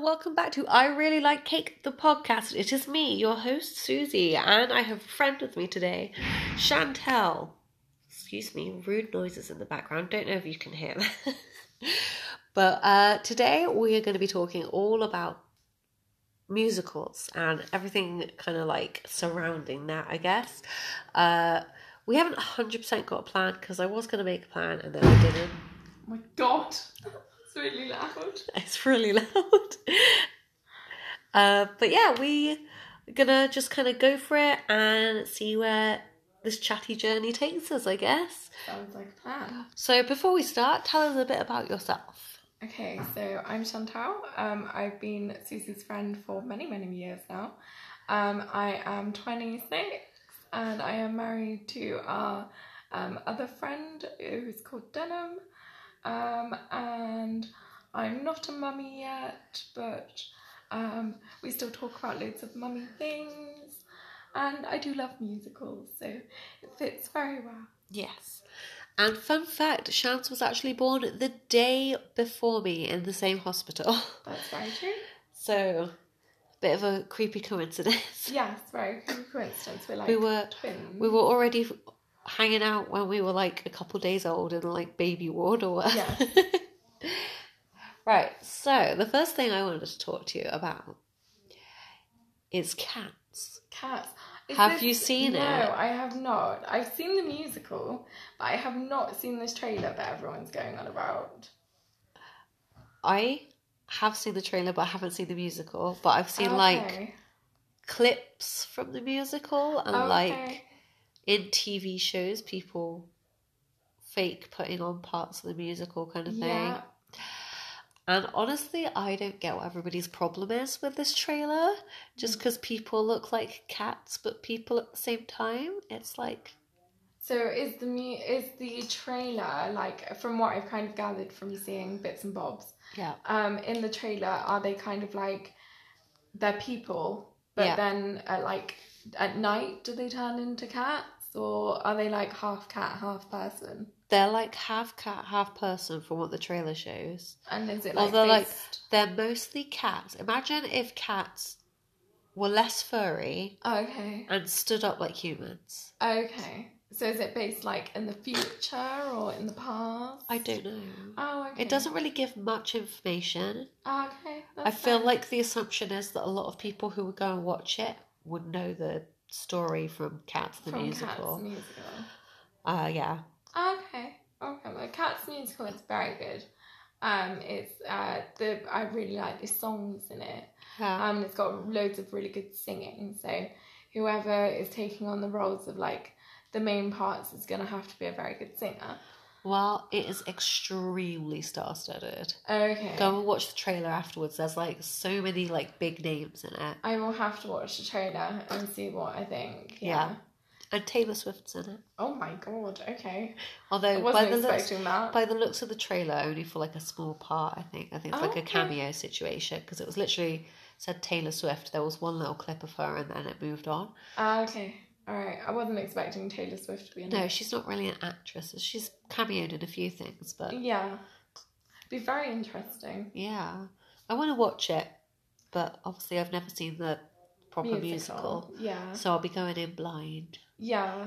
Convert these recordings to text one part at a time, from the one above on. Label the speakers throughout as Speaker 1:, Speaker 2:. Speaker 1: welcome back to I Really Like Cake, the podcast. It is me, your host, Susie, and I have a friend with me today, Chantel. Excuse me, rude noises in the background. Don't know if you can hear them. but uh, today we are going to be talking all about musicals and everything kind of like surrounding that, I guess. Uh, we haven't 100% got a plan because I was going to make a plan and then I didn't.
Speaker 2: Oh my god, it's really loud.
Speaker 1: It's really loud. Uh, but yeah, we're gonna just kind of go for it and see where this chatty journey takes us, I guess.
Speaker 2: Sounds like a plan.
Speaker 1: So before we start, tell us a bit about yourself.
Speaker 2: Okay, so I'm Chantal. Um, I've been Susie's friend for many, many years now. Um, I am 26 and I am married to our um, other friend who's called Denham. Um, and I'm not a mummy yet, but um, we still talk about loads of mummy things. And I do love musicals, so it fits very well.
Speaker 1: Yes. And fun fact, Shans was actually born the day before me in the same hospital.
Speaker 2: That's very true.
Speaker 1: So, bit of a creepy coincidence.
Speaker 2: Yes, very good coincidence. We're like
Speaker 1: We were
Speaker 2: twins.
Speaker 1: we were already f- hanging out when we were like a couple days old in like baby ward or whatever. right. So the first thing I wanted to talk to you about is cats.
Speaker 2: Cats.
Speaker 1: Have you seen
Speaker 2: no,
Speaker 1: it?
Speaker 2: No, I have not. I've seen the musical, but I have not seen this trailer that everyone's going on about.
Speaker 1: I have seen the trailer, but I haven't seen the musical. But I've seen like
Speaker 2: Oh, Okay.
Speaker 1: clips from the musical and like
Speaker 2: Oh, Okay.
Speaker 1: in TV shows, people fake putting on parts of the musical kind of thing.
Speaker 2: yeah.
Speaker 1: And honestly, I don't get what everybody's problem is with this trailer. Just because people look like cats, but people at the same time, it's like
Speaker 2: So is the mu- is the trailer like from what I've kind of gathered from seeing bits and bobs?
Speaker 1: yeah,
Speaker 2: Um, in the trailer, are they kind of like they're people, but
Speaker 1: Yeah.
Speaker 2: then at like at night do they turn into cats, or are they like half cat, half person?
Speaker 1: they're like half cat, half person from what the trailer shows.
Speaker 2: And is it
Speaker 1: Well,
Speaker 2: like
Speaker 1: they're like-
Speaker 2: based-
Speaker 1: They're mostly cats. Imagine if cats were less furry
Speaker 2: Oh, okay.
Speaker 1: and stood up like humans.
Speaker 2: Okay. So is it based like in the future or in the past?
Speaker 1: I don't know.
Speaker 2: Oh, okay.
Speaker 1: It doesn't really give much information.
Speaker 2: Oh, okay.
Speaker 1: I
Speaker 2: that's
Speaker 1: feel
Speaker 2: fine.
Speaker 1: like the assumption is that a lot of people who would go and watch it would know the story from Cats the
Speaker 2: from
Speaker 1: musical.
Speaker 2: Cats musical. Ah,
Speaker 1: Uh yeah.
Speaker 2: Okay. Okay. Well, Cats musical is very good. Um, it's uh the I really like the songs in it.
Speaker 1: Yeah.
Speaker 2: Um, it's got loads of really good singing. So whoever is taking on the roles of like the main parts is gonna have to be a very good singer.
Speaker 1: well, it is extremely star-studded.
Speaker 2: Okay.
Speaker 1: Go and watch the trailer afterwards. There's like so many like big names in it,
Speaker 2: I will have to watch the trailer and see what I think.
Speaker 1: Yeah. and Taylor Swift's in it.
Speaker 2: Oh my god, okay. I
Speaker 1: Although by
Speaker 2: wasn't
Speaker 1: the looks,
Speaker 2: expecting that.
Speaker 1: by the looks of the trailer, only for like a small part. I think. I think it's like
Speaker 2: Oh, Okay.
Speaker 1: a cameo situation because it was literally said Taylor Swift. There was one little clip of her, and then it moved on.
Speaker 2: Ah, okay. Alright, I wasn't expecting Taylor Swift to be in
Speaker 1: No,
Speaker 2: it.
Speaker 1: she's not really an actress. She's cameoed in a few things, but
Speaker 2: Yeah. Be very interesting.
Speaker 1: yeah, I want to watch it, but obviously I've never seen the proper musical,
Speaker 2: Yeah.
Speaker 1: so I'll be going in blind.
Speaker 2: Yeah.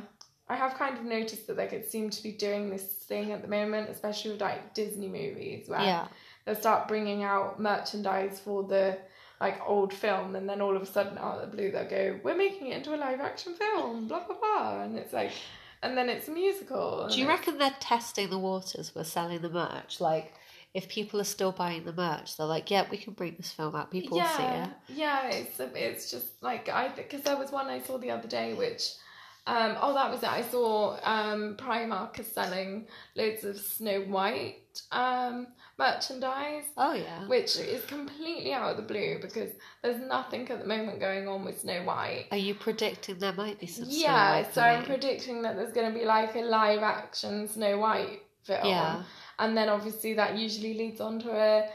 Speaker 2: I have kind of noticed that they could seem to be doing this thing at the moment, especially with like Disney movies where
Speaker 1: Yeah,
Speaker 2: they'll start bringing out merchandise for the like old film and then all of a sudden out of the blue they'll go, We're making it into a live action film, blah blah blah and it's like and then it's a musical. and
Speaker 1: do you
Speaker 2: it's-
Speaker 1: reckon they're testing the waters with selling the merch? Like, if people are still buying the merch, they're like, "Yeah, we can bring this film out. People will see
Speaker 2: yeah,
Speaker 1: it."
Speaker 2: Yeah, it's it's just like I because there was one I saw the other day which. Um, oh, that was it. I saw um, Primark is selling loads of Snow White um, merchandise,
Speaker 1: Oh yeah,
Speaker 2: which is completely out of the blue because there's nothing at the moment going on with Snow White.
Speaker 1: are you predicting there might be some? Snow
Speaker 2: yeah,
Speaker 1: White
Speaker 2: so I'm
Speaker 1: coming?
Speaker 2: predicting that there's going to be like a live action Snow White film
Speaker 1: Yeah,
Speaker 2: and then obviously that usually leads on to a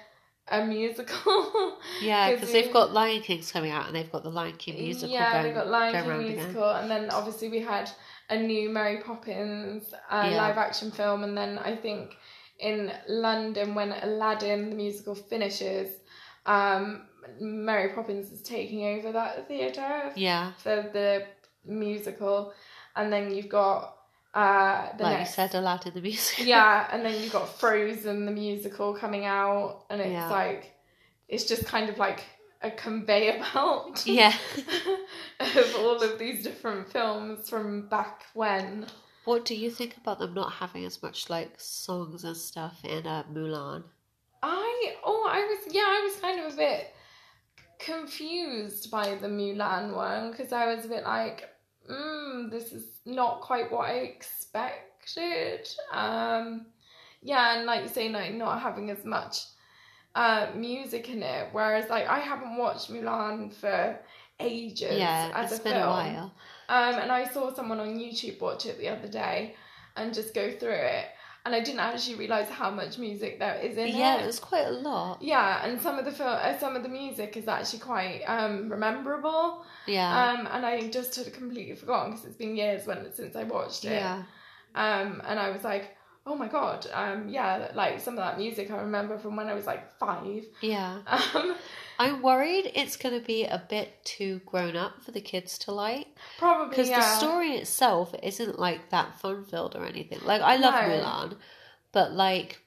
Speaker 2: a musical.
Speaker 1: yeah, because
Speaker 2: we-
Speaker 1: they've got Lion King's coming out, and they've got the Lion King musical.
Speaker 2: yeah,
Speaker 1: going,
Speaker 2: we got Lion
Speaker 1: going
Speaker 2: King
Speaker 1: round again.
Speaker 2: musical, and then obviously we had a new Mary Poppins uh,
Speaker 1: Yeah.
Speaker 2: live action film, and then I think in London when Aladdin the musical finishes, um, Mary Poppins is taking over that theatre
Speaker 1: Yeah.
Speaker 2: for the musical, and then you've got uh, the
Speaker 1: like
Speaker 2: next
Speaker 1: you said, Aladdin the music.
Speaker 2: yeah, and then you've got Frozen the musical coming out, and it's
Speaker 1: Yeah.
Speaker 2: like it's just kind of like a conveyor belt.
Speaker 1: yeah.
Speaker 2: of all of these different films from back when.
Speaker 1: What do you think about them not having as much like songs and stuff in uh, Mulan?
Speaker 2: I oh I was yeah I was kind of a bit confused by the Mulan one because I was a bit like mm, this is not quite what I expected um yeah and like you say like not having as much uh music in it whereas like I haven't watched Mulan for ages
Speaker 1: yeah,
Speaker 2: as
Speaker 1: it's
Speaker 2: a
Speaker 1: been
Speaker 2: film
Speaker 1: a while.
Speaker 2: um, and I saw someone on YouTube watch it the other day and just go through it. And I didn't actually realize how much music there is in
Speaker 1: Yeah, it
Speaker 2: it.
Speaker 1: was quite a lot.
Speaker 2: Yeah, and some of the film, uh, some of the music is actually quite um, rememberable.
Speaker 1: Yeah.
Speaker 2: Um, and I just had completely forgotten because it's been years when since I watched it.
Speaker 1: yeah.
Speaker 2: Um, and I was like, oh my god, um, yeah, like some of that music I remember from when I was like five.
Speaker 1: Yeah.
Speaker 2: Um,
Speaker 1: I'm worried it's going to be a bit too grown up for the kids to like
Speaker 2: probably
Speaker 1: because
Speaker 2: yeah.
Speaker 1: the story itself isn't like that fun filled or anything. Like I love
Speaker 2: No.
Speaker 1: Mulan, but like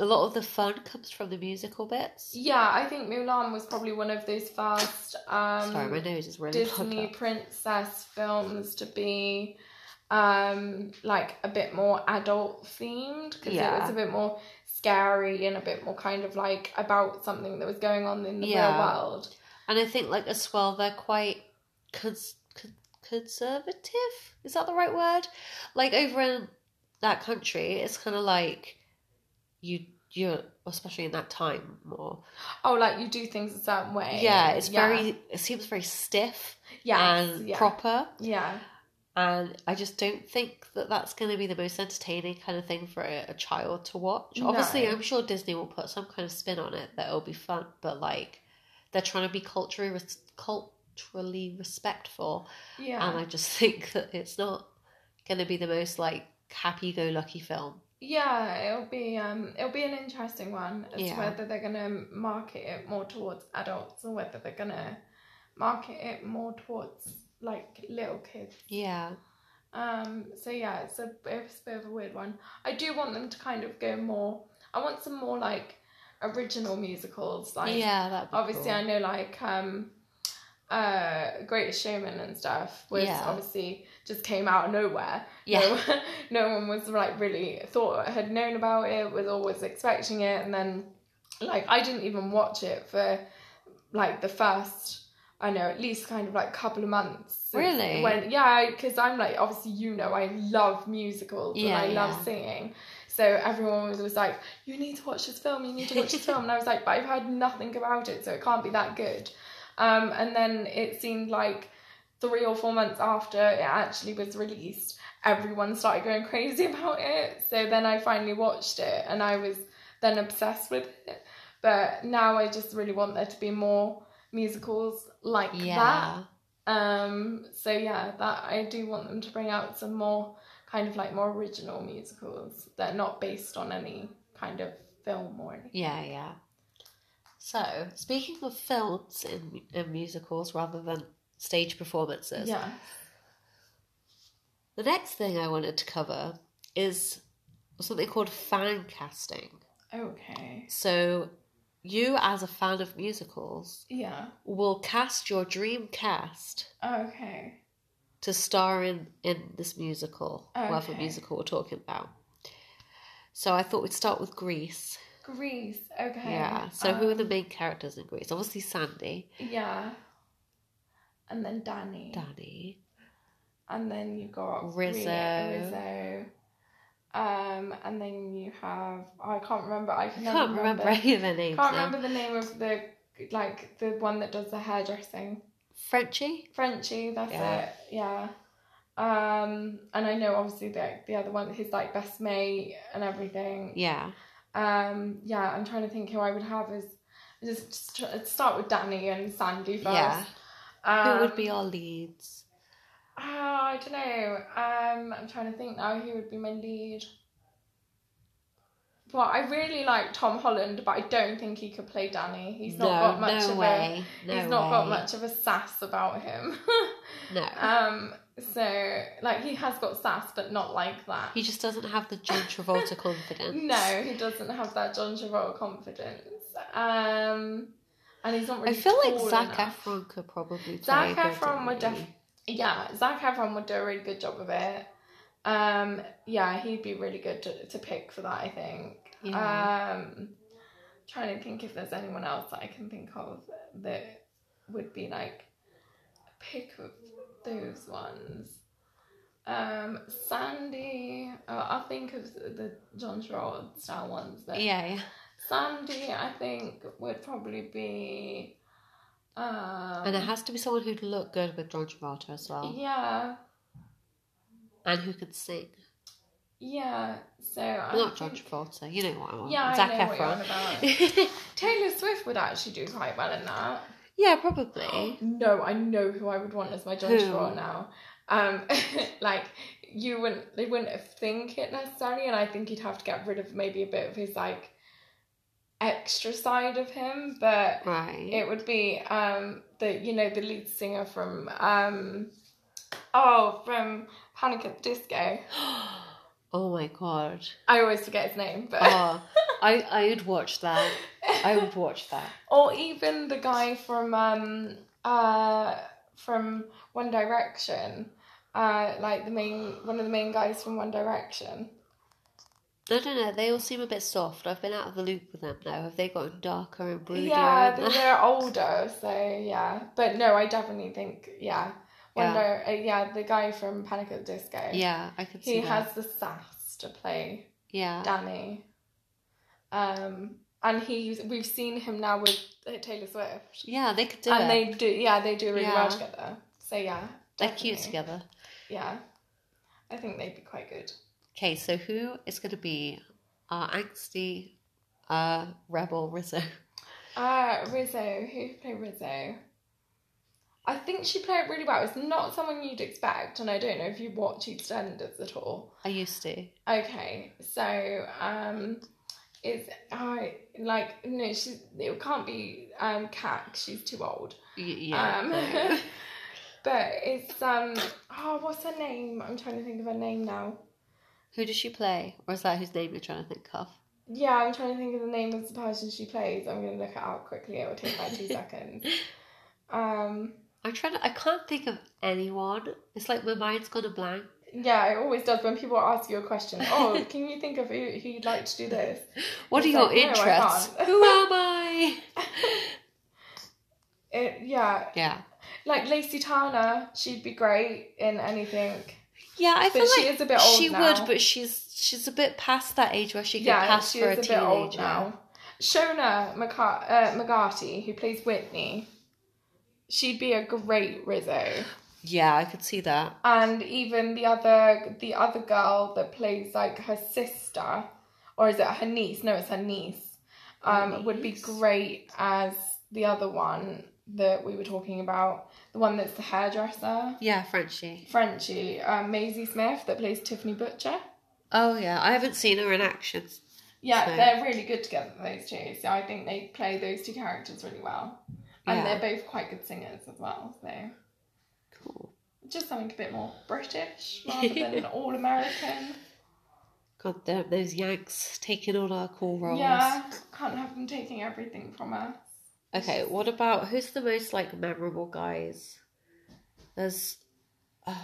Speaker 1: a lot of the fun comes from the musical bits.
Speaker 2: Yeah, I think Mulan was probably one of those first. Um,
Speaker 1: Sorry, my nose is really
Speaker 2: Disney
Speaker 1: plugged up.
Speaker 2: princess films to be um like a bit more adult themed because it
Speaker 1: Yeah.
Speaker 2: was a bit more scary and a bit more kind of like about something that was going on in the real
Speaker 1: Yeah.
Speaker 2: world.
Speaker 1: And I think like as well they're quite cons- con- conservative. Is that the right word? Like over in that country, it's kind of like you you're especially in that time more.
Speaker 2: Oh, like you do things a certain way.
Speaker 1: Yeah, it's very it seems very stiff
Speaker 2: yeah
Speaker 1: and
Speaker 2: yeah.
Speaker 1: proper.
Speaker 2: yeah.
Speaker 1: And I just don't think that that's going to be the most entertaining kind of thing for a, a child to watch.
Speaker 2: No.
Speaker 1: Obviously, I'm sure Disney will put some kind of spin on it that it'll be fun, but like they're trying to be culturally res- culturally respectful,
Speaker 2: Yeah.
Speaker 1: and I just think that it's not going to be the most like happy-go-lucky film.
Speaker 2: Yeah, it'll be um it'll be an interesting one as
Speaker 1: Yeah.
Speaker 2: to whether they're gonna market it more towards adults or whether they're gonna market it more towards like little kids.
Speaker 1: Yeah,
Speaker 2: Um, so yeah, it's a, it's a bit of a weird one. I do want them to kind of go more. I want some more like original musicals. Like
Speaker 1: yeah, that
Speaker 2: obviously I know like um, uh, Greatest Showman and stuff was
Speaker 1: Yeah.
Speaker 2: obviously just came out of nowhere.
Speaker 1: yeah,
Speaker 2: No, no one was like really thought had known about it, was always expecting it, and then like I didn't even watch it for like the first I know at least kind of like couple of months. since
Speaker 1: Really?
Speaker 2: When yeah, because I'm like obviously you know I love musicals
Speaker 1: Yeah,
Speaker 2: and I
Speaker 1: yeah.
Speaker 2: love singing. So everyone was, was like, "You need to watch this film. You need to watch this film." And I was like, "But I've heard nothing about it, so it can't be that good." Um, and then it seemed like three or four months after it actually was released, everyone started going crazy about it. So then I finally watched it and I was then obsessed with it. But now I just really want there to be more musicals like
Speaker 1: yeah.
Speaker 2: that. Um, so yeah, that I do want them to bring out some more kind of like more original musicals that are not based on any kind of film or anything.
Speaker 1: Yeah, yeah. So, speaking of films and, and musicals rather than stage performances,
Speaker 2: Yeah.
Speaker 1: the next thing I wanted to cover is something called fan casting.
Speaker 2: Okay.
Speaker 1: So, you as a fan of musicals
Speaker 2: Yeah.
Speaker 1: will cast your dream cast
Speaker 2: Okay.
Speaker 1: to star in, in this musical, whatever
Speaker 2: Okay.
Speaker 1: musical we're talking about. So, I thought we'd start with Greece.
Speaker 2: Greece. Okay.
Speaker 1: Yeah. So, who are the
Speaker 2: Um,
Speaker 1: main characters in Greece? Obviously, Sandy,
Speaker 2: Yeah. And then Danny.
Speaker 1: Danny.
Speaker 2: And then you got Ri-
Speaker 1: Rizzo.
Speaker 2: Rizzo. Um, and then you have oh, I can't remember. I can
Speaker 1: I
Speaker 2: never
Speaker 1: can't remember, any of their names
Speaker 2: Can't
Speaker 1: now.
Speaker 2: remember the name of the like the one that does the hairdressing.
Speaker 1: Frenchie?
Speaker 2: Frenchie. That's
Speaker 1: Yeah.
Speaker 2: it. Yeah. Um, and I know obviously the the other one, his like best mate and everything.
Speaker 1: Yeah.
Speaker 2: Um, yeah, I'm trying to think who I would have as just, just tr- start with Danny and Sandy first.
Speaker 1: Yeah.
Speaker 2: Um,
Speaker 1: Who would be our leads?
Speaker 2: Oh, I don't know. Um, I'm trying to think now who would be my lead. Well, I really like Tom Holland, but I don't think he could play Danny. He's not
Speaker 1: no,
Speaker 2: got much
Speaker 1: no
Speaker 2: of
Speaker 1: way.
Speaker 2: a
Speaker 1: no
Speaker 2: he's not got
Speaker 1: way.
Speaker 2: much of a sass about him.
Speaker 1: No.
Speaker 2: um, so like he has got sass, but not like that.
Speaker 1: he just doesn't have the John Travolta confidence.
Speaker 2: No, he doesn't have that John Travolta confidence. Um, and he's not
Speaker 1: I
Speaker 2: really.
Speaker 1: feel like
Speaker 2: tall
Speaker 1: Zac
Speaker 2: enough.
Speaker 1: Efron could probably play
Speaker 2: Zac
Speaker 1: Bill
Speaker 2: Efron would
Speaker 1: Denny.
Speaker 2: def- Yeah, Zac Efron would do a really good job of it. Um, yeah, he'd be really good to, to pick for that. I think.
Speaker 1: Yeah.
Speaker 2: Um, trying to think if there's anyone else that I can think of that would be like pick of those ones. Um, Sandy. Oh, I'll think of the John Travolta style ones. But
Speaker 1: yeah, yeah.
Speaker 2: Sandy, I think would probably be. Um,
Speaker 1: And it has to be someone who'd look good with John Travolta as well,
Speaker 2: Yeah,
Speaker 1: and who could sing.
Speaker 2: yeah. So I
Speaker 1: Not John
Speaker 2: think-
Speaker 1: Travolta. You know what I want.
Speaker 2: Yeah, I
Speaker 1: Zac
Speaker 2: know what you're on
Speaker 1: Efron.
Speaker 2: about. Taylor Swift would actually do quite well in that.
Speaker 1: yeah, probably.
Speaker 2: No, I know who I would want as my John
Speaker 1: Who?
Speaker 2: Travolta now. Um, like you wouldn't, they wouldn't think it necessarily, and I think you'd have to get rid of maybe a bit of his like extra side of him, but
Speaker 1: Right.
Speaker 2: it would be um the you know the lead singer from um oh from Panic at the Disco.
Speaker 1: oh my god.
Speaker 2: I always forget his name, but
Speaker 1: Oh, I I'd watch that. I would watch that.
Speaker 2: or even the guy from um uh from One Direction, uh like the main one of the main guys from One Direction.
Speaker 1: I don't know. They all seem a bit soft. I've been out of the loop with them now. Have they gotten darker and broodier?
Speaker 2: yeah,
Speaker 1: and
Speaker 2: they- they're older, so yeah. But no, I definitely think yeah. One yeah. uh, yeah, the guy from Panic at the Disco.
Speaker 1: yeah, I can
Speaker 2: he
Speaker 1: see that.
Speaker 2: has the sass to play
Speaker 1: Yeah,
Speaker 2: Danny. Um, and he's we've seen him now with uh, Taylor Swift.
Speaker 1: yeah, they could do
Speaker 2: and
Speaker 1: it.
Speaker 2: they do yeah they do really
Speaker 1: Yeah.
Speaker 2: well together so yeah
Speaker 1: They're cute
Speaker 2: definitely.
Speaker 1: together.
Speaker 2: yeah i think they'd be quite good
Speaker 1: Okay, so who is going to be our angsty uh, rebel Rizzo?
Speaker 2: uh rizzo who played rizzo i think she played really well it's not someone you'd expect and i don't know if you watch eastenders at all
Speaker 1: I used to.
Speaker 2: okay so um it's i like no she's it can't be um cack she's too old
Speaker 1: Y- yeah.
Speaker 2: Um,
Speaker 1: no.
Speaker 2: but it's um oh what's her name i'm trying to think of her name now
Speaker 1: who does she play? Or is that whose name you're trying to think of?
Speaker 2: Yeah, I'm trying to think of the name of the person she plays. I'm gonna look it up quickly. It will take about two seconds. Um,
Speaker 1: I'm trying to. I can't think of anyone. It's like my mind's gone a blank.
Speaker 2: yeah, it always does when people ask you a question. Oh, can you think of who who you'd like to do this?
Speaker 1: What are
Speaker 2: It's
Speaker 1: your
Speaker 2: like, no, I
Speaker 1: interests?
Speaker 2: can't.
Speaker 1: Who am I?
Speaker 2: It, yeah,
Speaker 1: Yeah.
Speaker 2: like Lacey Turner, she'd be great in anything.
Speaker 1: Yeah, I
Speaker 2: But
Speaker 1: feel
Speaker 2: she
Speaker 1: like
Speaker 2: is a bit old
Speaker 1: she
Speaker 2: now.
Speaker 1: would, but she's she's a bit past that age where she could
Speaker 2: yeah,
Speaker 1: pass
Speaker 2: she
Speaker 1: for a,
Speaker 2: is a, bit
Speaker 1: teenager.
Speaker 2: old now. Shona McCar- uh, McGarty, who plays Whitney, she'd be a great Rizzo.
Speaker 1: Yeah, I could see that.
Speaker 2: and even the other the other girl that plays like her sister or is it her niece no it's her niece um would be
Speaker 1: Niece.
Speaker 2: great as the other one that we were talking about the one that's the hairdresser
Speaker 1: Yeah, Frenchie.
Speaker 2: Frenchie um, Maisie Smith that plays Tiffany Butcher
Speaker 1: Oh yeah, I haven't seen her in action.
Speaker 2: yeah
Speaker 1: So-
Speaker 2: they're really good together those two so I think they play those two characters really well and
Speaker 1: Yeah.
Speaker 2: they're both quite good singers as well so
Speaker 1: Cool.
Speaker 2: just something a bit more British rather than an all American
Speaker 1: God damn, those Yanks taking on our cool roles.
Speaker 2: Yeah, can't have them taking everything from us.
Speaker 1: Okay, what about who's the most like memorable guys? There's, uh,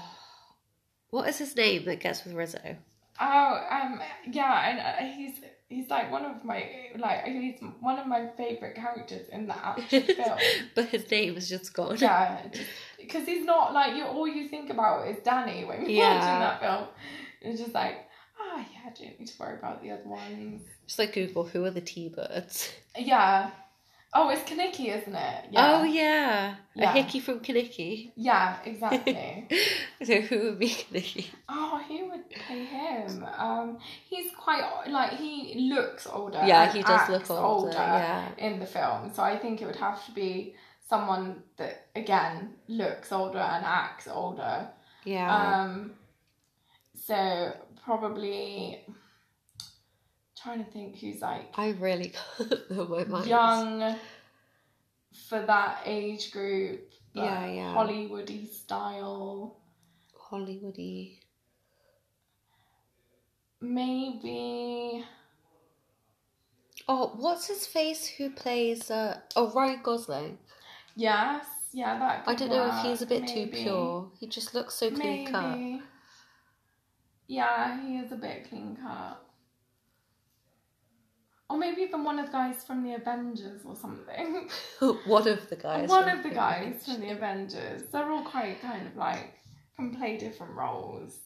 Speaker 1: what is his name that gets with Rizzo?
Speaker 2: Oh, um, yeah, and uh, he's he's like one of my like he's one of my favorite characters in the actual film.
Speaker 1: but his name is just gone.
Speaker 2: Yeah, because he's not like you. All you think about is Danny when you're
Speaker 1: Yeah.
Speaker 2: watching that film. It's just like, ah, yeah, I don't need to worry about the other ones.
Speaker 1: Just like Google, who are the T-birds?
Speaker 2: Yeah. Oh, it's Kaneki, isn't it?
Speaker 1: Oh yeah, a
Speaker 2: Yeah.
Speaker 1: hickey from Kinnicky.
Speaker 2: Yeah, exactly.
Speaker 1: so who would be Kinnicky?
Speaker 2: Oh, who would play him? Um, he's quite o- like he looks older.
Speaker 1: yeah,
Speaker 2: and
Speaker 1: he does look
Speaker 2: acts
Speaker 1: older. Yeah,
Speaker 2: in the film, so I think it would have to be someone that again looks older and acts older. Uh,
Speaker 1: yeah.
Speaker 2: Um, so probably trying to think who's like
Speaker 1: I really can't remember my mind.
Speaker 2: young for that age group. but
Speaker 1: Yeah, yeah.
Speaker 2: Hollywoody style.
Speaker 1: Hollywoody.
Speaker 2: Maybe
Speaker 1: Oh, what's his face who plays uh oh Ryan Gosling.
Speaker 2: yes, yeah. That
Speaker 1: I
Speaker 2: could
Speaker 1: don't know if
Speaker 2: work,
Speaker 1: he's a bit too
Speaker 2: Uh, maybe.
Speaker 1: pure. He just looks so clean cut.
Speaker 2: Maybe. Yeah, he is a bit clean cut. Or maybe even one of the guys from the Avengers or something.
Speaker 1: One of the guys.
Speaker 2: one
Speaker 1: from
Speaker 2: of the
Speaker 1: Big
Speaker 2: guys
Speaker 1: Bang.
Speaker 2: from the Avengers. They're all quite kind of like can play different roles.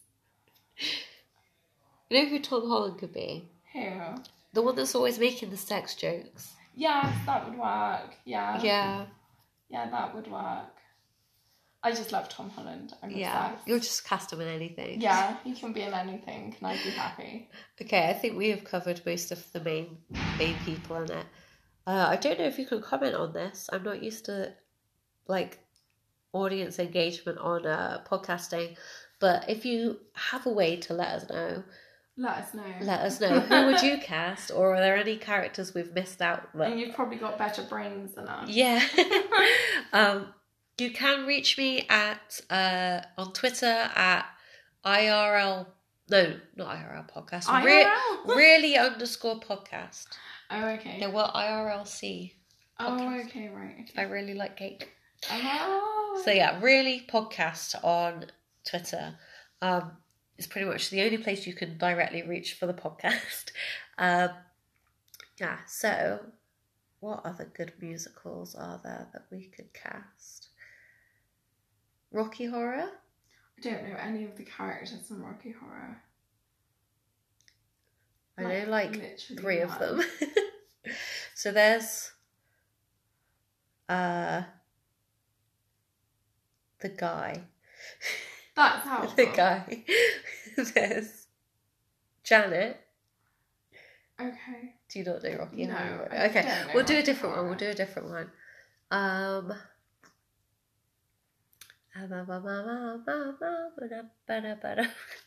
Speaker 1: You know who Tom Holland could be?
Speaker 2: Here.
Speaker 1: The one that's always making the sex jokes.
Speaker 2: Yes, that would work. Yeah.
Speaker 1: yeah.
Speaker 2: Yeah, that would work. I just love Tom Holland. I'm
Speaker 1: Yeah.
Speaker 2: obsessed.
Speaker 1: You'll just cast him in anything.
Speaker 2: Yeah, he can be in anything and I'd be happy.
Speaker 1: Okay, I think we have covered most of the main main people in it. Uh, I don't know if you can comment on this. I'm not used to like audience engagement on uh, podcasting, but if you have a way to let us know,
Speaker 2: Let us know.
Speaker 1: let us know who would you cast, or are there any characters we've missed out?
Speaker 2: and
Speaker 1: With?
Speaker 2: you've probably got better brains than us.
Speaker 1: Yeah. um, you can reach me at uh, on Twitter at IRL. No, not IRL podcast.
Speaker 2: I
Speaker 1: Re-
Speaker 2: know.
Speaker 1: really underscore podcast.
Speaker 2: Oh, okay.
Speaker 1: No, well, IRLC.
Speaker 2: oh,
Speaker 1: podcast.
Speaker 2: okay, right.
Speaker 1: I
Speaker 2: Okay.
Speaker 1: really like cake.
Speaker 2: Oh.
Speaker 1: So yeah, really podcast on Twitter. Um, it's pretty much the only place you can directly reach for the podcast. Um, yeah. So, what other good musicals are there that we could cast? Rocky Horror.
Speaker 2: I don't know any of the characters from Rocky Horror.
Speaker 1: I know like
Speaker 2: literally
Speaker 1: three of
Speaker 2: none.
Speaker 1: them. so there's uh the guy.
Speaker 2: That's how.
Speaker 1: the guy. there's Janet.
Speaker 2: Okay.
Speaker 1: Do you not do Rocky
Speaker 2: No,
Speaker 1: Horror?
Speaker 2: I
Speaker 1: Okay.
Speaker 2: don't know
Speaker 1: we'll do a
Speaker 2: Rocky
Speaker 1: different one. We'll
Speaker 2: Horror.
Speaker 1: do a different one. Um Ah, Go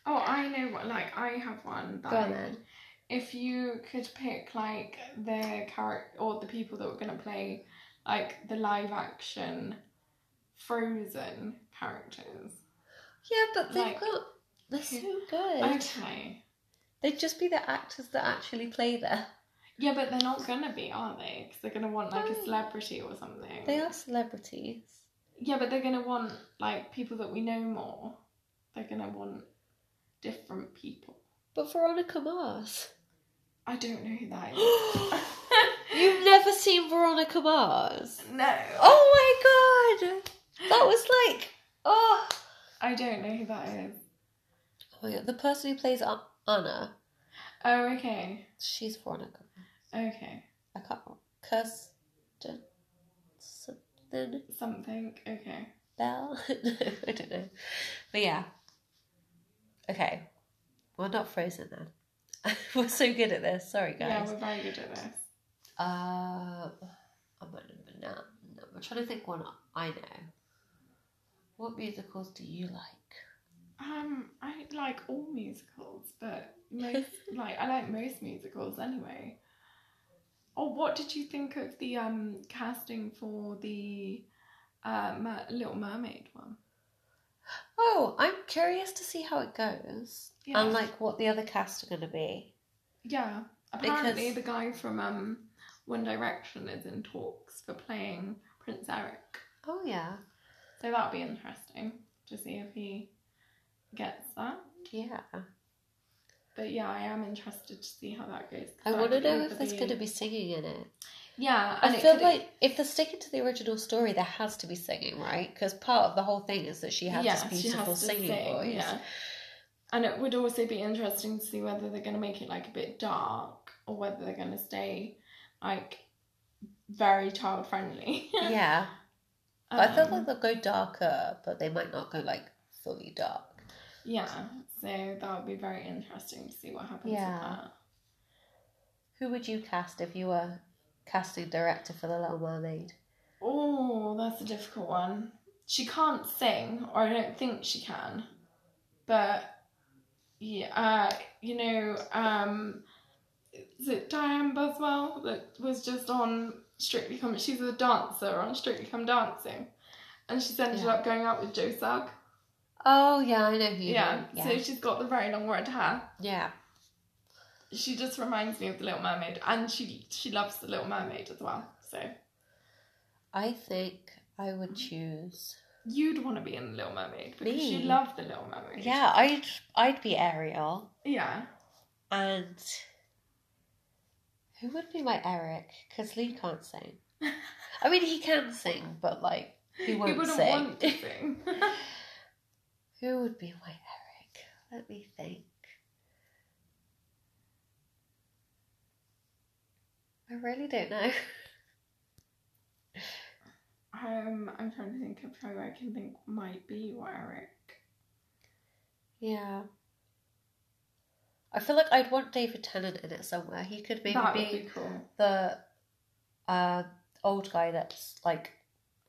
Speaker 2: Oh, I know what. Like, I have one. That
Speaker 1: on then.
Speaker 2: If you could pick like the character or the people that were gonna play like the live action Frozen characters.
Speaker 1: Yeah, but they've
Speaker 2: Like-
Speaker 1: got they're so good.
Speaker 2: Okay.
Speaker 1: They'd just be the actors that actually play there.
Speaker 2: Yeah, but they're not gonna be, are they? Because they're gonna want like a
Speaker 1: Oh.
Speaker 2: celebrity or something.
Speaker 1: They are celebrities.
Speaker 2: Yeah, but they're gonna want like people that we know more. They're gonna want different people.
Speaker 1: But Veronica Mars.
Speaker 2: I don't know who that
Speaker 1: You've
Speaker 2: is.
Speaker 1: never seen Veronica Mars?
Speaker 2: no.
Speaker 1: Oh my god! That was like, oh.
Speaker 2: I don't know who that is.
Speaker 1: oh my god. The person who plays An- Anna,
Speaker 2: Oh, okay.
Speaker 1: she's Veronica.
Speaker 2: Okay.
Speaker 1: I can't Kirsten something
Speaker 2: Something. Okay.
Speaker 1: Bell. no, I don't know. But yeah. Okay. We're not frozen then. We're so good at this. Sorry, guys.
Speaker 2: Yeah, we're very good at this.
Speaker 1: Uh, I might not even know. No, I'm trying to think one I know. What musicals do you like?
Speaker 2: Um, I like all musicals, but most like I like most musicals anyway. Oh, what did you think of the um casting for the uh Mer- Little Mermaid one?
Speaker 1: Oh, I'm curious to see how it goes
Speaker 2: Yeah.
Speaker 1: and like what the other cast are going to be.
Speaker 2: Yeah, apparently
Speaker 1: Because-
Speaker 2: the guy from um One Direction is in talks for playing Prince Eric,
Speaker 1: Oh yeah,
Speaker 2: so that'll be interesting to see if he gets that.
Speaker 1: yeah.
Speaker 2: But yeah, I am interested to see how that goes. 'cause
Speaker 1: I
Speaker 2: that
Speaker 1: want to
Speaker 2: could
Speaker 1: know
Speaker 2: either
Speaker 1: if there's
Speaker 2: be-
Speaker 1: going to be singing in it.
Speaker 2: Yeah, and
Speaker 1: I
Speaker 2: it
Speaker 1: feel
Speaker 2: could-
Speaker 1: like if they're sticking to the original story, there has to be singing, right? Because part of the whole thing is that she has
Speaker 2: Yes,
Speaker 1: this beautiful singing voice.
Speaker 2: Yeah. And it would also be interesting to see whether they're going to make it like a bit dark or whether they're going to stay like very Um, child friendly.
Speaker 1: Yeah. But I feel like they'll go darker, but they might not go like fully dark.
Speaker 2: yeah, so that would be very interesting to see what happens
Speaker 1: Yeah. Who would you cast if you were casting director for The Little Mermaid?
Speaker 2: with that. Oh, that's a difficult one. She can't sing, or I don't think she can. But yeah, uh, you know, um, is it Diane Boswell that was just on Strictly Come? She's a dancer on Strictly Come Dancing, and she's ended
Speaker 1: Yeah.
Speaker 2: up going out with Joe Sugg.
Speaker 1: Oh yeah, I know who you
Speaker 2: Yeah.
Speaker 1: mean. Yeah.
Speaker 2: so she's got the very long red hair.
Speaker 1: yeah.
Speaker 2: She just reminds me of the Little Mermaid, and she she loves the Little Mermaid as well. So
Speaker 1: I think I would choose.
Speaker 2: you'd want to be in the Little Mermaid because
Speaker 1: Me?
Speaker 2: you love the Little Mermaid.
Speaker 1: Yeah, I'd I'd be Ariel,
Speaker 2: yeah.
Speaker 1: and who would be my Eric? Because Lee can't sing. I mean, he can sing, but like he
Speaker 2: He
Speaker 1: won't
Speaker 2: wouldn't
Speaker 1: sing.
Speaker 2: want to sing.
Speaker 1: Who would be my Eric? Let me think. I really don't know.
Speaker 2: um, I'm trying to think of who I can think might be what Eric.
Speaker 1: Yeah. I feel like I'd want David Tennant in it somewhere. He could maybe
Speaker 2: that
Speaker 1: be,
Speaker 2: would be cool.
Speaker 1: the uh, old guy that's like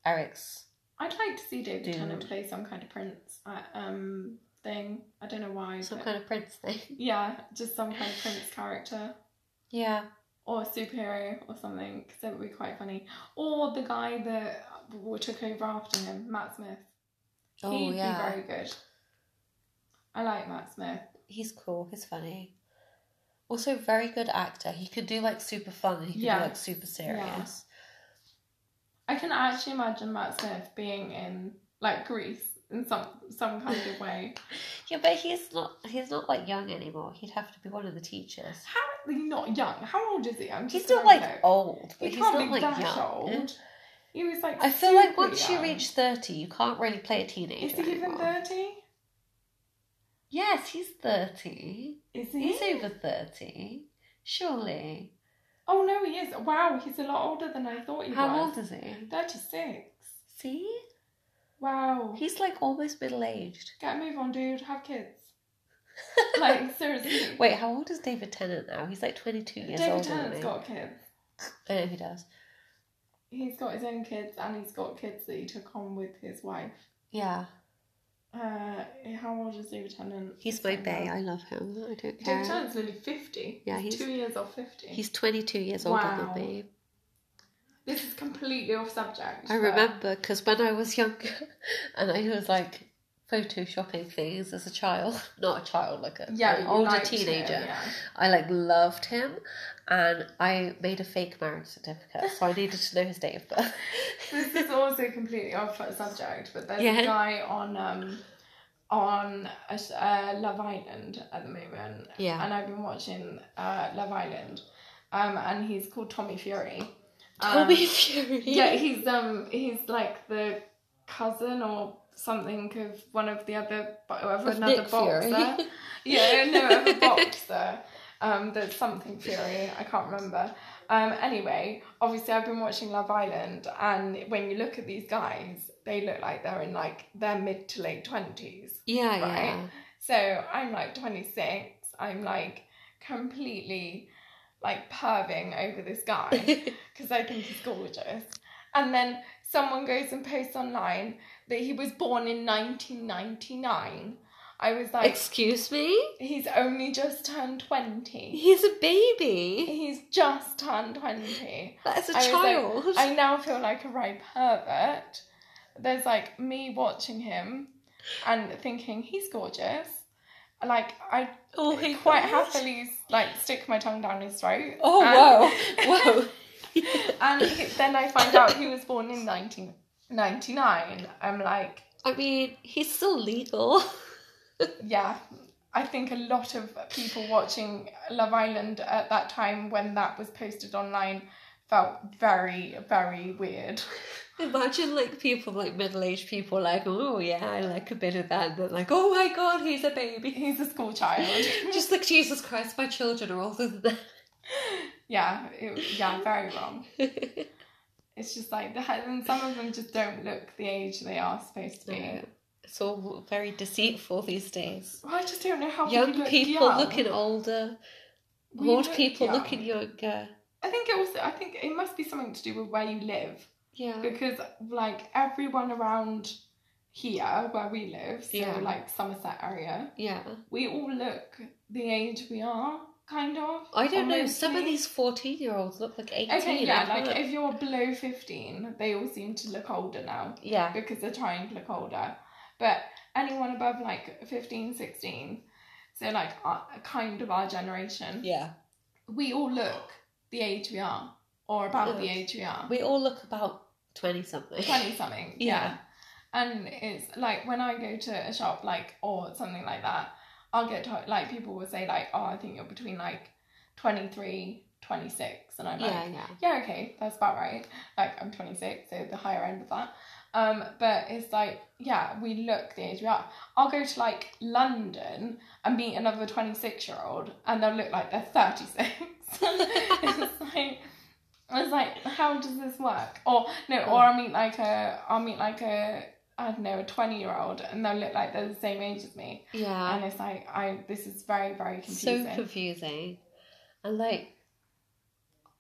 Speaker 1: Eric's.
Speaker 2: I'd like to see David
Speaker 1: Dude.
Speaker 2: Tennant play some kind of prince uh, um thing. I don't know why.
Speaker 1: Some
Speaker 2: but-
Speaker 1: kind of prince thing.
Speaker 2: yeah, just some kind of prince character
Speaker 1: Yeah.
Speaker 2: or superhero or something. 'cause that would be quite funny. Or the guy that w- took over after him, Matt Smith.
Speaker 1: Oh,
Speaker 2: He'd
Speaker 1: yeah.
Speaker 2: be very good. I like Matt Smith.
Speaker 1: He's cool. He's funny. Also, very good actor. He could do like super fun. He could
Speaker 2: Yeah.
Speaker 1: do like super serious.
Speaker 2: I can actually imagine Matt Smith being in like Greece in some some kind of way.
Speaker 1: Yeah, but he's not. He's not like young anymore. He'd have to be one of the teachers.
Speaker 2: How he's not young? How old is he? I'm
Speaker 1: He's
Speaker 2: just
Speaker 1: not
Speaker 2: gonna
Speaker 1: like
Speaker 2: look.
Speaker 1: old,
Speaker 2: He
Speaker 1: but he's
Speaker 2: can't
Speaker 1: not
Speaker 2: be
Speaker 1: like
Speaker 2: that
Speaker 1: young.
Speaker 2: old. He was like.
Speaker 1: I feel like
Speaker 2: super
Speaker 1: once you
Speaker 2: young.
Speaker 1: reach thirty, you can't really play a teenager
Speaker 2: Is he even
Speaker 1: anymore.
Speaker 2: thirty?
Speaker 1: Yes, he's thirty.
Speaker 2: Is he?
Speaker 1: He's over thirty, surely.
Speaker 2: Oh no, he is. Wow, he's a lot older than I thought he
Speaker 1: How
Speaker 2: was.
Speaker 1: old is he?
Speaker 2: Thirty-six.
Speaker 1: See,
Speaker 2: Wow.
Speaker 1: he's like almost middle aged.
Speaker 2: Get a move on, dude. Have kids. Like seriously.
Speaker 1: Wait, how old is David Tennant now? He's like twenty two years
Speaker 2: David
Speaker 1: older than
Speaker 2: Tennant's
Speaker 1: me.
Speaker 2: got kids.
Speaker 1: I know he does.
Speaker 2: He's got his own kids, and he's got kids that he took on with his wife.
Speaker 1: Yeah,
Speaker 2: Uh, how old is David Tennant?
Speaker 1: he's my bae. I love him. I don't
Speaker 2: David
Speaker 1: care.
Speaker 2: Tennant's nearly fifty.
Speaker 1: Yeah,
Speaker 2: he's,
Speaker 1: he's-
Speaker 2: two years off fifty.
Speaker 1: He's twenty two years older
Speaker 2: Wow.
Speaker 1: than me.
Speaker 2: This is completely off subject.
Speaker 1: I
Speaker 2: but-
Speaker 1: remember because when I was younger, and I was like photoshopping things as a child, not a child, like a
Speaker 2: Yeah,
Speaker 1: an
Speaker 2: you
Speaker 1: older
Speaker 2: liked him,
Speaker 1: teenager.
Speaker 2: yeah.
Speaker 1: I like loved him, and I made a fake marriage certificate, so I needed to know his date of birth.
Speaker 2: This is also completely off subject, but there's
Speaker 1: Yeah.
Speaker 2: a guy on um on a sh- uh, Love Island at the moment.
Speaker 1: Yeah.
Speaker 2: And I've been watching uh, Love Island, um, and he's called Tommy Fury. Um,
Speaker 1: Tommy Fury.
Speaker 2: Yeah, he's um he's like the cousin or something of one of the other of
Speaker 1: Of
Speaker 2: another
Speaker 1: Nick
Speaker 2: boxer.
Speaker 1: Fury.
Speaker 2: yeah, no, of a boxer. Um, that's something Fury. I can't remember. Um, anyway, obviously I've been watching Love Island, and when you look at these guys, they look like they're in like their mid to late twenties.
Speaker 1: yeah, yeah.
Speaker 2: Right. So I'm like twenty six. I'm like completely like perving over this guy because I think he's gorgeous. And then someone goes and posts online that he was born in 1999. I was like,
Speaker 1: Excuse me.
Speaker 2: he's only just turned 20.
Speaker 1: He's a baby.
Speaker 2: He's just turned 20.
Speaker 1: That's a
Speaker 2: I was like,
Speaker 1: child.
Speaker 2: I now feel like a right pervert. There's like me watching him and thinking he's gorgeous. Like I
Speaker 1: oh, he
Speaker 2: quite
Speaker 1: was.
Speaker 2: happily like stick my tongue down his throat.
Speaker 1: Oh
Speaker 2: and-
Speaker 1: whoa, whoa.
Speaker 2: And he- then I find out he was born in 1999. I'm like,
Speaker 1: I mean, he's still legal.
Speaker 2: yeah, I think a lot of people watching Love Island at that time when that was posted online felt very, very weird.
Speaker 1: Imagine like people like middle aged people like, oh yeah, I like a bit of that, and then like, oh my god, he's a baby.
Speaker 2: He's a school child.
Speaker 1: Just like Jesus Christ, my children are older than
Speaker 2: yeah, it, yeah, very wrong.
Speaker 1: that.
Speaker 2: It's just like that, and some of them just don't look the age they are supposed to be.
Speaker 1: Yeah. It's all very deceitful these days.
Speaker 2: Well, I just don't know how Oh, we
Speaker 1: Young
Speaker 2: look
Speaker 1: people
Speaker 2: young.
Speaker 1: looking older,
Speaker 2: We
Speaker 1: old
Speaker 2: look
Speaker 1: people
Speaker 2: young.
Speaker 1: looking younger.
Speaker 2: I think it also. I think it must be something to do with where you live.
Speaker 1: Yeah.
Speaker 2: because like everyone around here where we live so
Speaker 1: Yeah.
Speaker 2: like somerset area
Speaker 1: Yeah.
Speaker 2: we all look the age we are kind of.
Speaker 1: I don't know.
Speaker 2: almost
Speaker 1: Some of
Speaker 2: me.
Speaker 1: these fourteen-year-olds look like eighteen.
Speaker 2: Okay,
Speaker 1: I
Speaker 2: yeah, like
Speaker 1: can't-
Speaker 2: if you're below 15, they all seem to look older now
Speaker 1: yeah,
Speaker 2: because they're trying to look older. But anyone above like 15, 16, so like our, kind of our generation,
Speaker 1: yeah.
Speaker 2: we all look the age we are or about the
Speaker 1: Yeah.
Speaker 2: age we are.
Speaker 1: We all look about twenty something.
Speaker 2: 20 something.
Speaker 1: Yeah.
Speaker 2: Yeah. And it's like when I go to a shop, like, or something like that, I'll get told, like, people will say, like, oh, I think you're between like 23, 26. And I'm like,
Speaker 1: Yeah, yeah.
Speaker 2: yeah, okay, that's about right. Like I'm 26, so the higher end of that. Um, but it's like, yeah, we look the age we are. I'll go to like London and meet another 26 year old, and they'll look like they're 36. it's like. It's like, how does this work? Or no, or I'll meet like a, I'll meet like a, I don't know, a twenty-year-old, and they'll look like they're the same age as me,
Speaker 1: Yeah.
Speaker 2: and it's like, I, this is very, very confusing.
Speaker 1: Uh, So confusing. And like,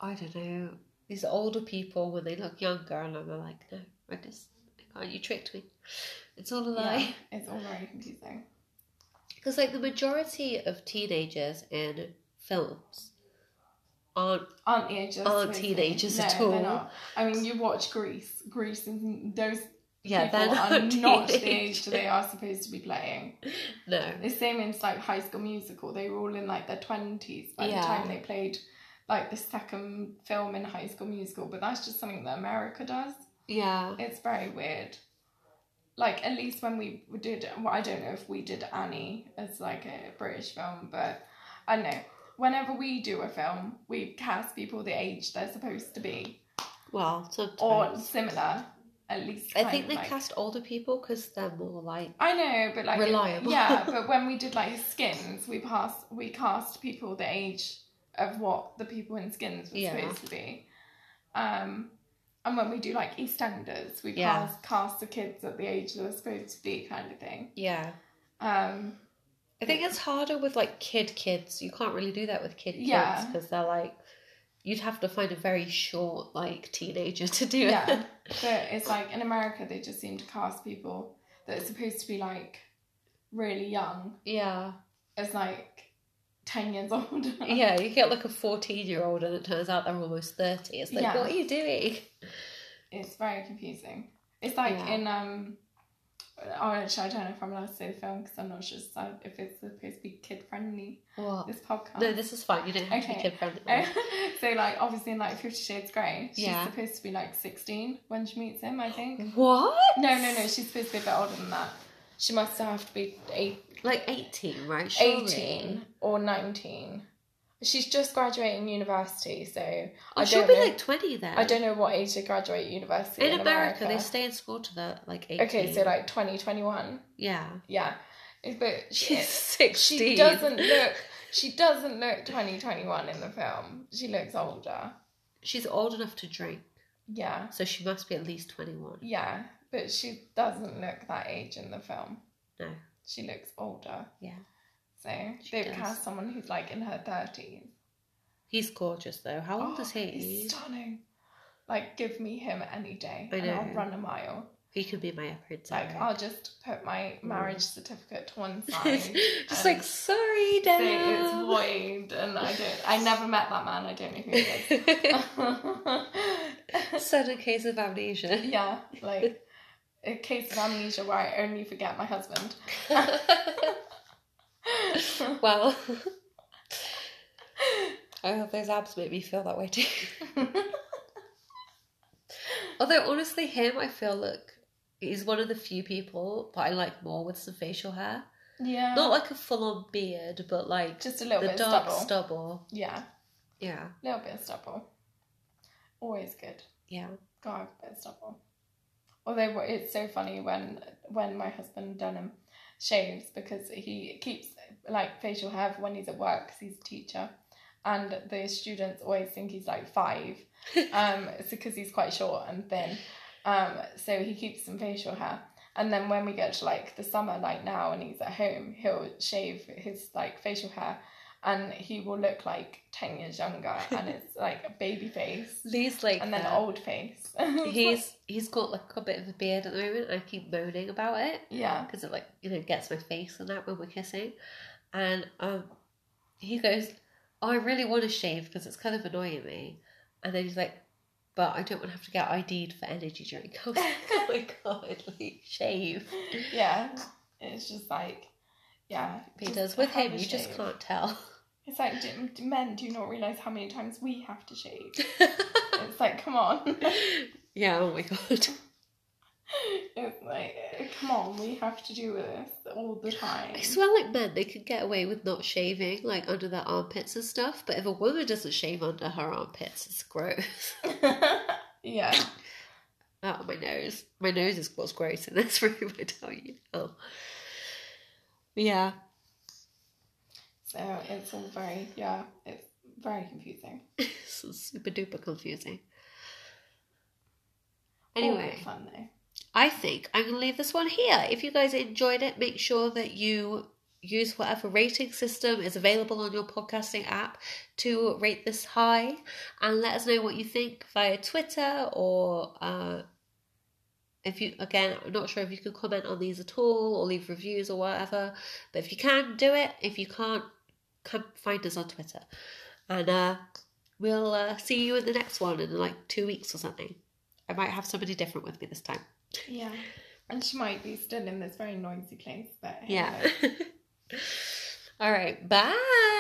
Speaker 1: I don't know, these older people when they look younger, and I'm like, no, I just, I can't, you tricked me. It's all a
Speaker 2: yeah,
Speaker 1: lie.
Speaker 2: it's all very confusing.
Speaker 1: Because like the majority of teenagers in films aren't
Speaker 2: aren't the ages
Speaker 1: Aren't
Speaker 2: basically.
Speaker 1: Oh, teenagers
Speaker 2: no,
Speaker 1: at
Speaker 2: they're
Speaker 1: all.
Speaker 2: not. I mean, you watch Greece. Greece and those
Speaker 1: yeah
Speaker 2: people
Speaker 1: they're
Speaker 2: are
Speaker 1: not,
Speaker 2: not the age
Speaker 1: teenagers.
Speaker 2: that they are supposed to be playing.
Speaker 1: no
Speaker 2: The same in like High School Musical. They were all in like their twenties by
Speaker 1: Yeah.
Speaker 2: the time they played like the second film in High School Musical. But that's just something that America does.
Speaker 1: yeah
Speaker 2: It's very weird. Like at least when we did, well, I don't know if we did Annie as like a British film, but I don't know. Whenever we do a film, we cast people the age they're supposed to be
Speaker 1: well sometimes
Speaker 2: or similar. At least
Speaker 1: I
Speaker 2: kind
Speaker 1: think
Speaker 2: of
Speaker 1: they
Speaker 2: like-
Speaker 1: cast older people because they're more like
Speaker 2: I know, but like
Speaker 1: Reliable.
Speaker 2: Yeah, but when we did like Skins, we passed we cast people the age of what the people in Skins were
Speaker 1: Yeah.
Speaker 2: supposed to be. Um, and when we do like EastEnders, we
Speaker 1: Yeah.
Speaker 2: cast cast the kids at the age they're supposed to be, kind of thing.
Speaker 1: yeah
Speaker 2: Um,
Speaker 1: I think it's harder with like kid kids. You can't really do that with kid kids
Speaker 2: Yeah.
Speaker 1: because they're like you'd have to find a very short like teenager to do
Speaker 2: yeah,
Speaker 1: it.
Speaker 2: but it's like in America, they just seem to cast people that are supposed to be like really young
Speaker 1: yeah.
Speaker 2: as like ten years old.
Speaker 1: Yeah, you get like a 14-year-old and it turns out they're almost 30. It's like
Speaker 2: Yeah.
Speaker 1: what are you doing?
Speaker 2: It's very confusing. It's like
Speaker 1: Yeah.
Speaker 2: in um. Oh, actually, I don't know if I'm allowed to say the film because I'm not sure if it's supposed to be kid friendly.
Speaker 1: What?
Speaker 2: This podcast.
Speaker 1: No, this is fine. You don't have to be
Speaker 2: Oh. Okay. Oh.
Speaker 1: kid friendly.
Speaker 2: so like obviously in like Fifty Shades Grey, she's
Speaker 1: Yeah.
Speaker 2: supposed to be like sixteen when she meets him. I think.
Speaker 1: What?
Speaker 2: No, no, no. She's supposed to be a bit older than that. She must have to be eight,
Speaker 1: Like 18, right? Surely.
Speaker 2: 18 or nineteen. She's just graduating university, so
Speaker 1: Oh,
Speaker 2: I
Speaker 1: she'll be
Speaker 2: don't know.
Speaker 1: like 20 then.
Speaker 2: I don't know what age they graduate university.
Speaker 1: In,
Speaker 2: In,
Speaker 1: America, they stay in school to that like 18.
Speaker 2: Okay, so like twenty twenty one.
Speaker 1: yeah.
Speaker 2: Yeah, but she,
Speaker 1: She's 16.
Speaker 2: she doesn't look. She doesn't look twenty twenty one in the film. She looks older.
Speaker 1: She's old enough to drink,
Speaker 2: Yeah,
Speaker 1: so she must be at least 21.
Speaker 2: yeah, but she doesn't look that age in the film.
Speaker 1: No.
Speaker 2: She looks older.
Speaker 1: Yeah.
Speaker 2: So
Speaker 1: She
Speaker 2: they've
Speaker 1: does.
Speaker 2: cast someone who's like in her thirties.
Speaker 1: He's gorgeous though. How old is he?
Speaker 2: Oh, He's stunning. Like, give me him any day,
Speaker 1: I
Speaker 2: and
Speaker 1: know.
Speaker 2: I'll run a mile.
Speaker 1: He could be my prince.
Speaker 2: Like, oh,
Speaker 1: Eric.
Speaker 2: I'll just put my
Speaker 1: Mm.
Speaker 2: marriage certificate to one side.
Speaker 1: Just
Speaker 2: and
Speaker 1: like sorry,
Speaker 2: say it's
Speaker 1: Dad.
Speaker 2: void, and I don't. I never met that man. I don't know who he is.
Speaker 1: Sudden case of amnesia.
Speaker 2: yeah, like a case of amnesia where I only forget my husband.
Speaker 1: well, I hope those abs make me feel that way too. Although honestly, him I feel look, he's one of the few people that I like more with some facial hair.
Speaker 2: yeah,
Speaker 1: Not like a full on beard, but like
Speaker 2: just a little
Speaker 1: the
Speaker 2: bit
Speaker 1: dark
Speaker 2: stubble.
Speaker 1: stubble.
Speaker 2: yeah,
Speaker 1: Yeah,
Speaker 2: a little bit of stubble. Always good.
Speaker 1: yeah.
Speaker 2: God, a bit of stubble. Although wha- it's so funny when when my husband Dunham shaves because he keeps like facial hair for when he's at work because he's a teacher, and the students always think he's like five, um, it's because he's quite short and thin, um, so he keeps some facial hair. And then when we get to like the summer, like now, and he's at home, he'll shave his like facial hair, and he will look like ten years younger, and it's like a baby face
Speaker 1: Lee's like
Speaker 2: and then
Speaker 1: that.
Speaker 2: old face.
Speaker 1: He's he's got like a bit of a beard at the moment. I keep moaning about it
Speaker 2: yeah,
Speaker 1: because it like you know gets my face and that when we're kissing, and um he goes, oh, I really want to shave because it's kind of annoying me. And then he's like, but I don't want to have to get ID'd for energy drink. I was like, oh my god, like, shave.
Speaker 2: Yeah. It's just like, yeah. just
Speaker 1: Because with
Speaker 2: have
Speaker 1: him,
Speaker 2: a
Speaker 1: you just
Speaker 2: shave.
Speaker 1: can't tell.
Speaker 2: It's like, do, do men do not realize how many times we have to shave. it's like, come on.
Speaker 1: yeah, oh my god.
Speaker 2: it's like, come on, we have to do this all the time.
Speaker 1: I swear, like men, they can get away with not shaving, like under their armpits and stuff. But if a woman doesn't shave under her armpits, it's gross.
Speaker 2: yeah.
Speaker 1: Out of Oh, my nose. My nose is what's gross in this room, I tell you. Oh. Yeah.
Speaker 2: So it's all very, yeah, it's very confusing.
Speaker 1: It's super duper confusing.
Speaker 2: All
Speaker 1: Anyway.
Speaker 2: fun though.
Speaker 1: I think I'm going to leave this one here. If you guys enjoyed it, make sure that you use whatever rating system is available on your podcasting app to rate this high and let us know what you think via Twitter or uh, if you, again, I'm not sure if you can comment on these at all or leave reviews or whatever, but if you can, do it. If you can't, come find us on Twitter. And uh, we'll uh, see you in the next one in like two weeks or something. I might have somebody different with me this time.
Speaker 2: Yeah. And she might be still in this very noisy place, but hey,
Speaker 1: Yeah.
Speaker 2: look.
Speaker 1: All right. Bye.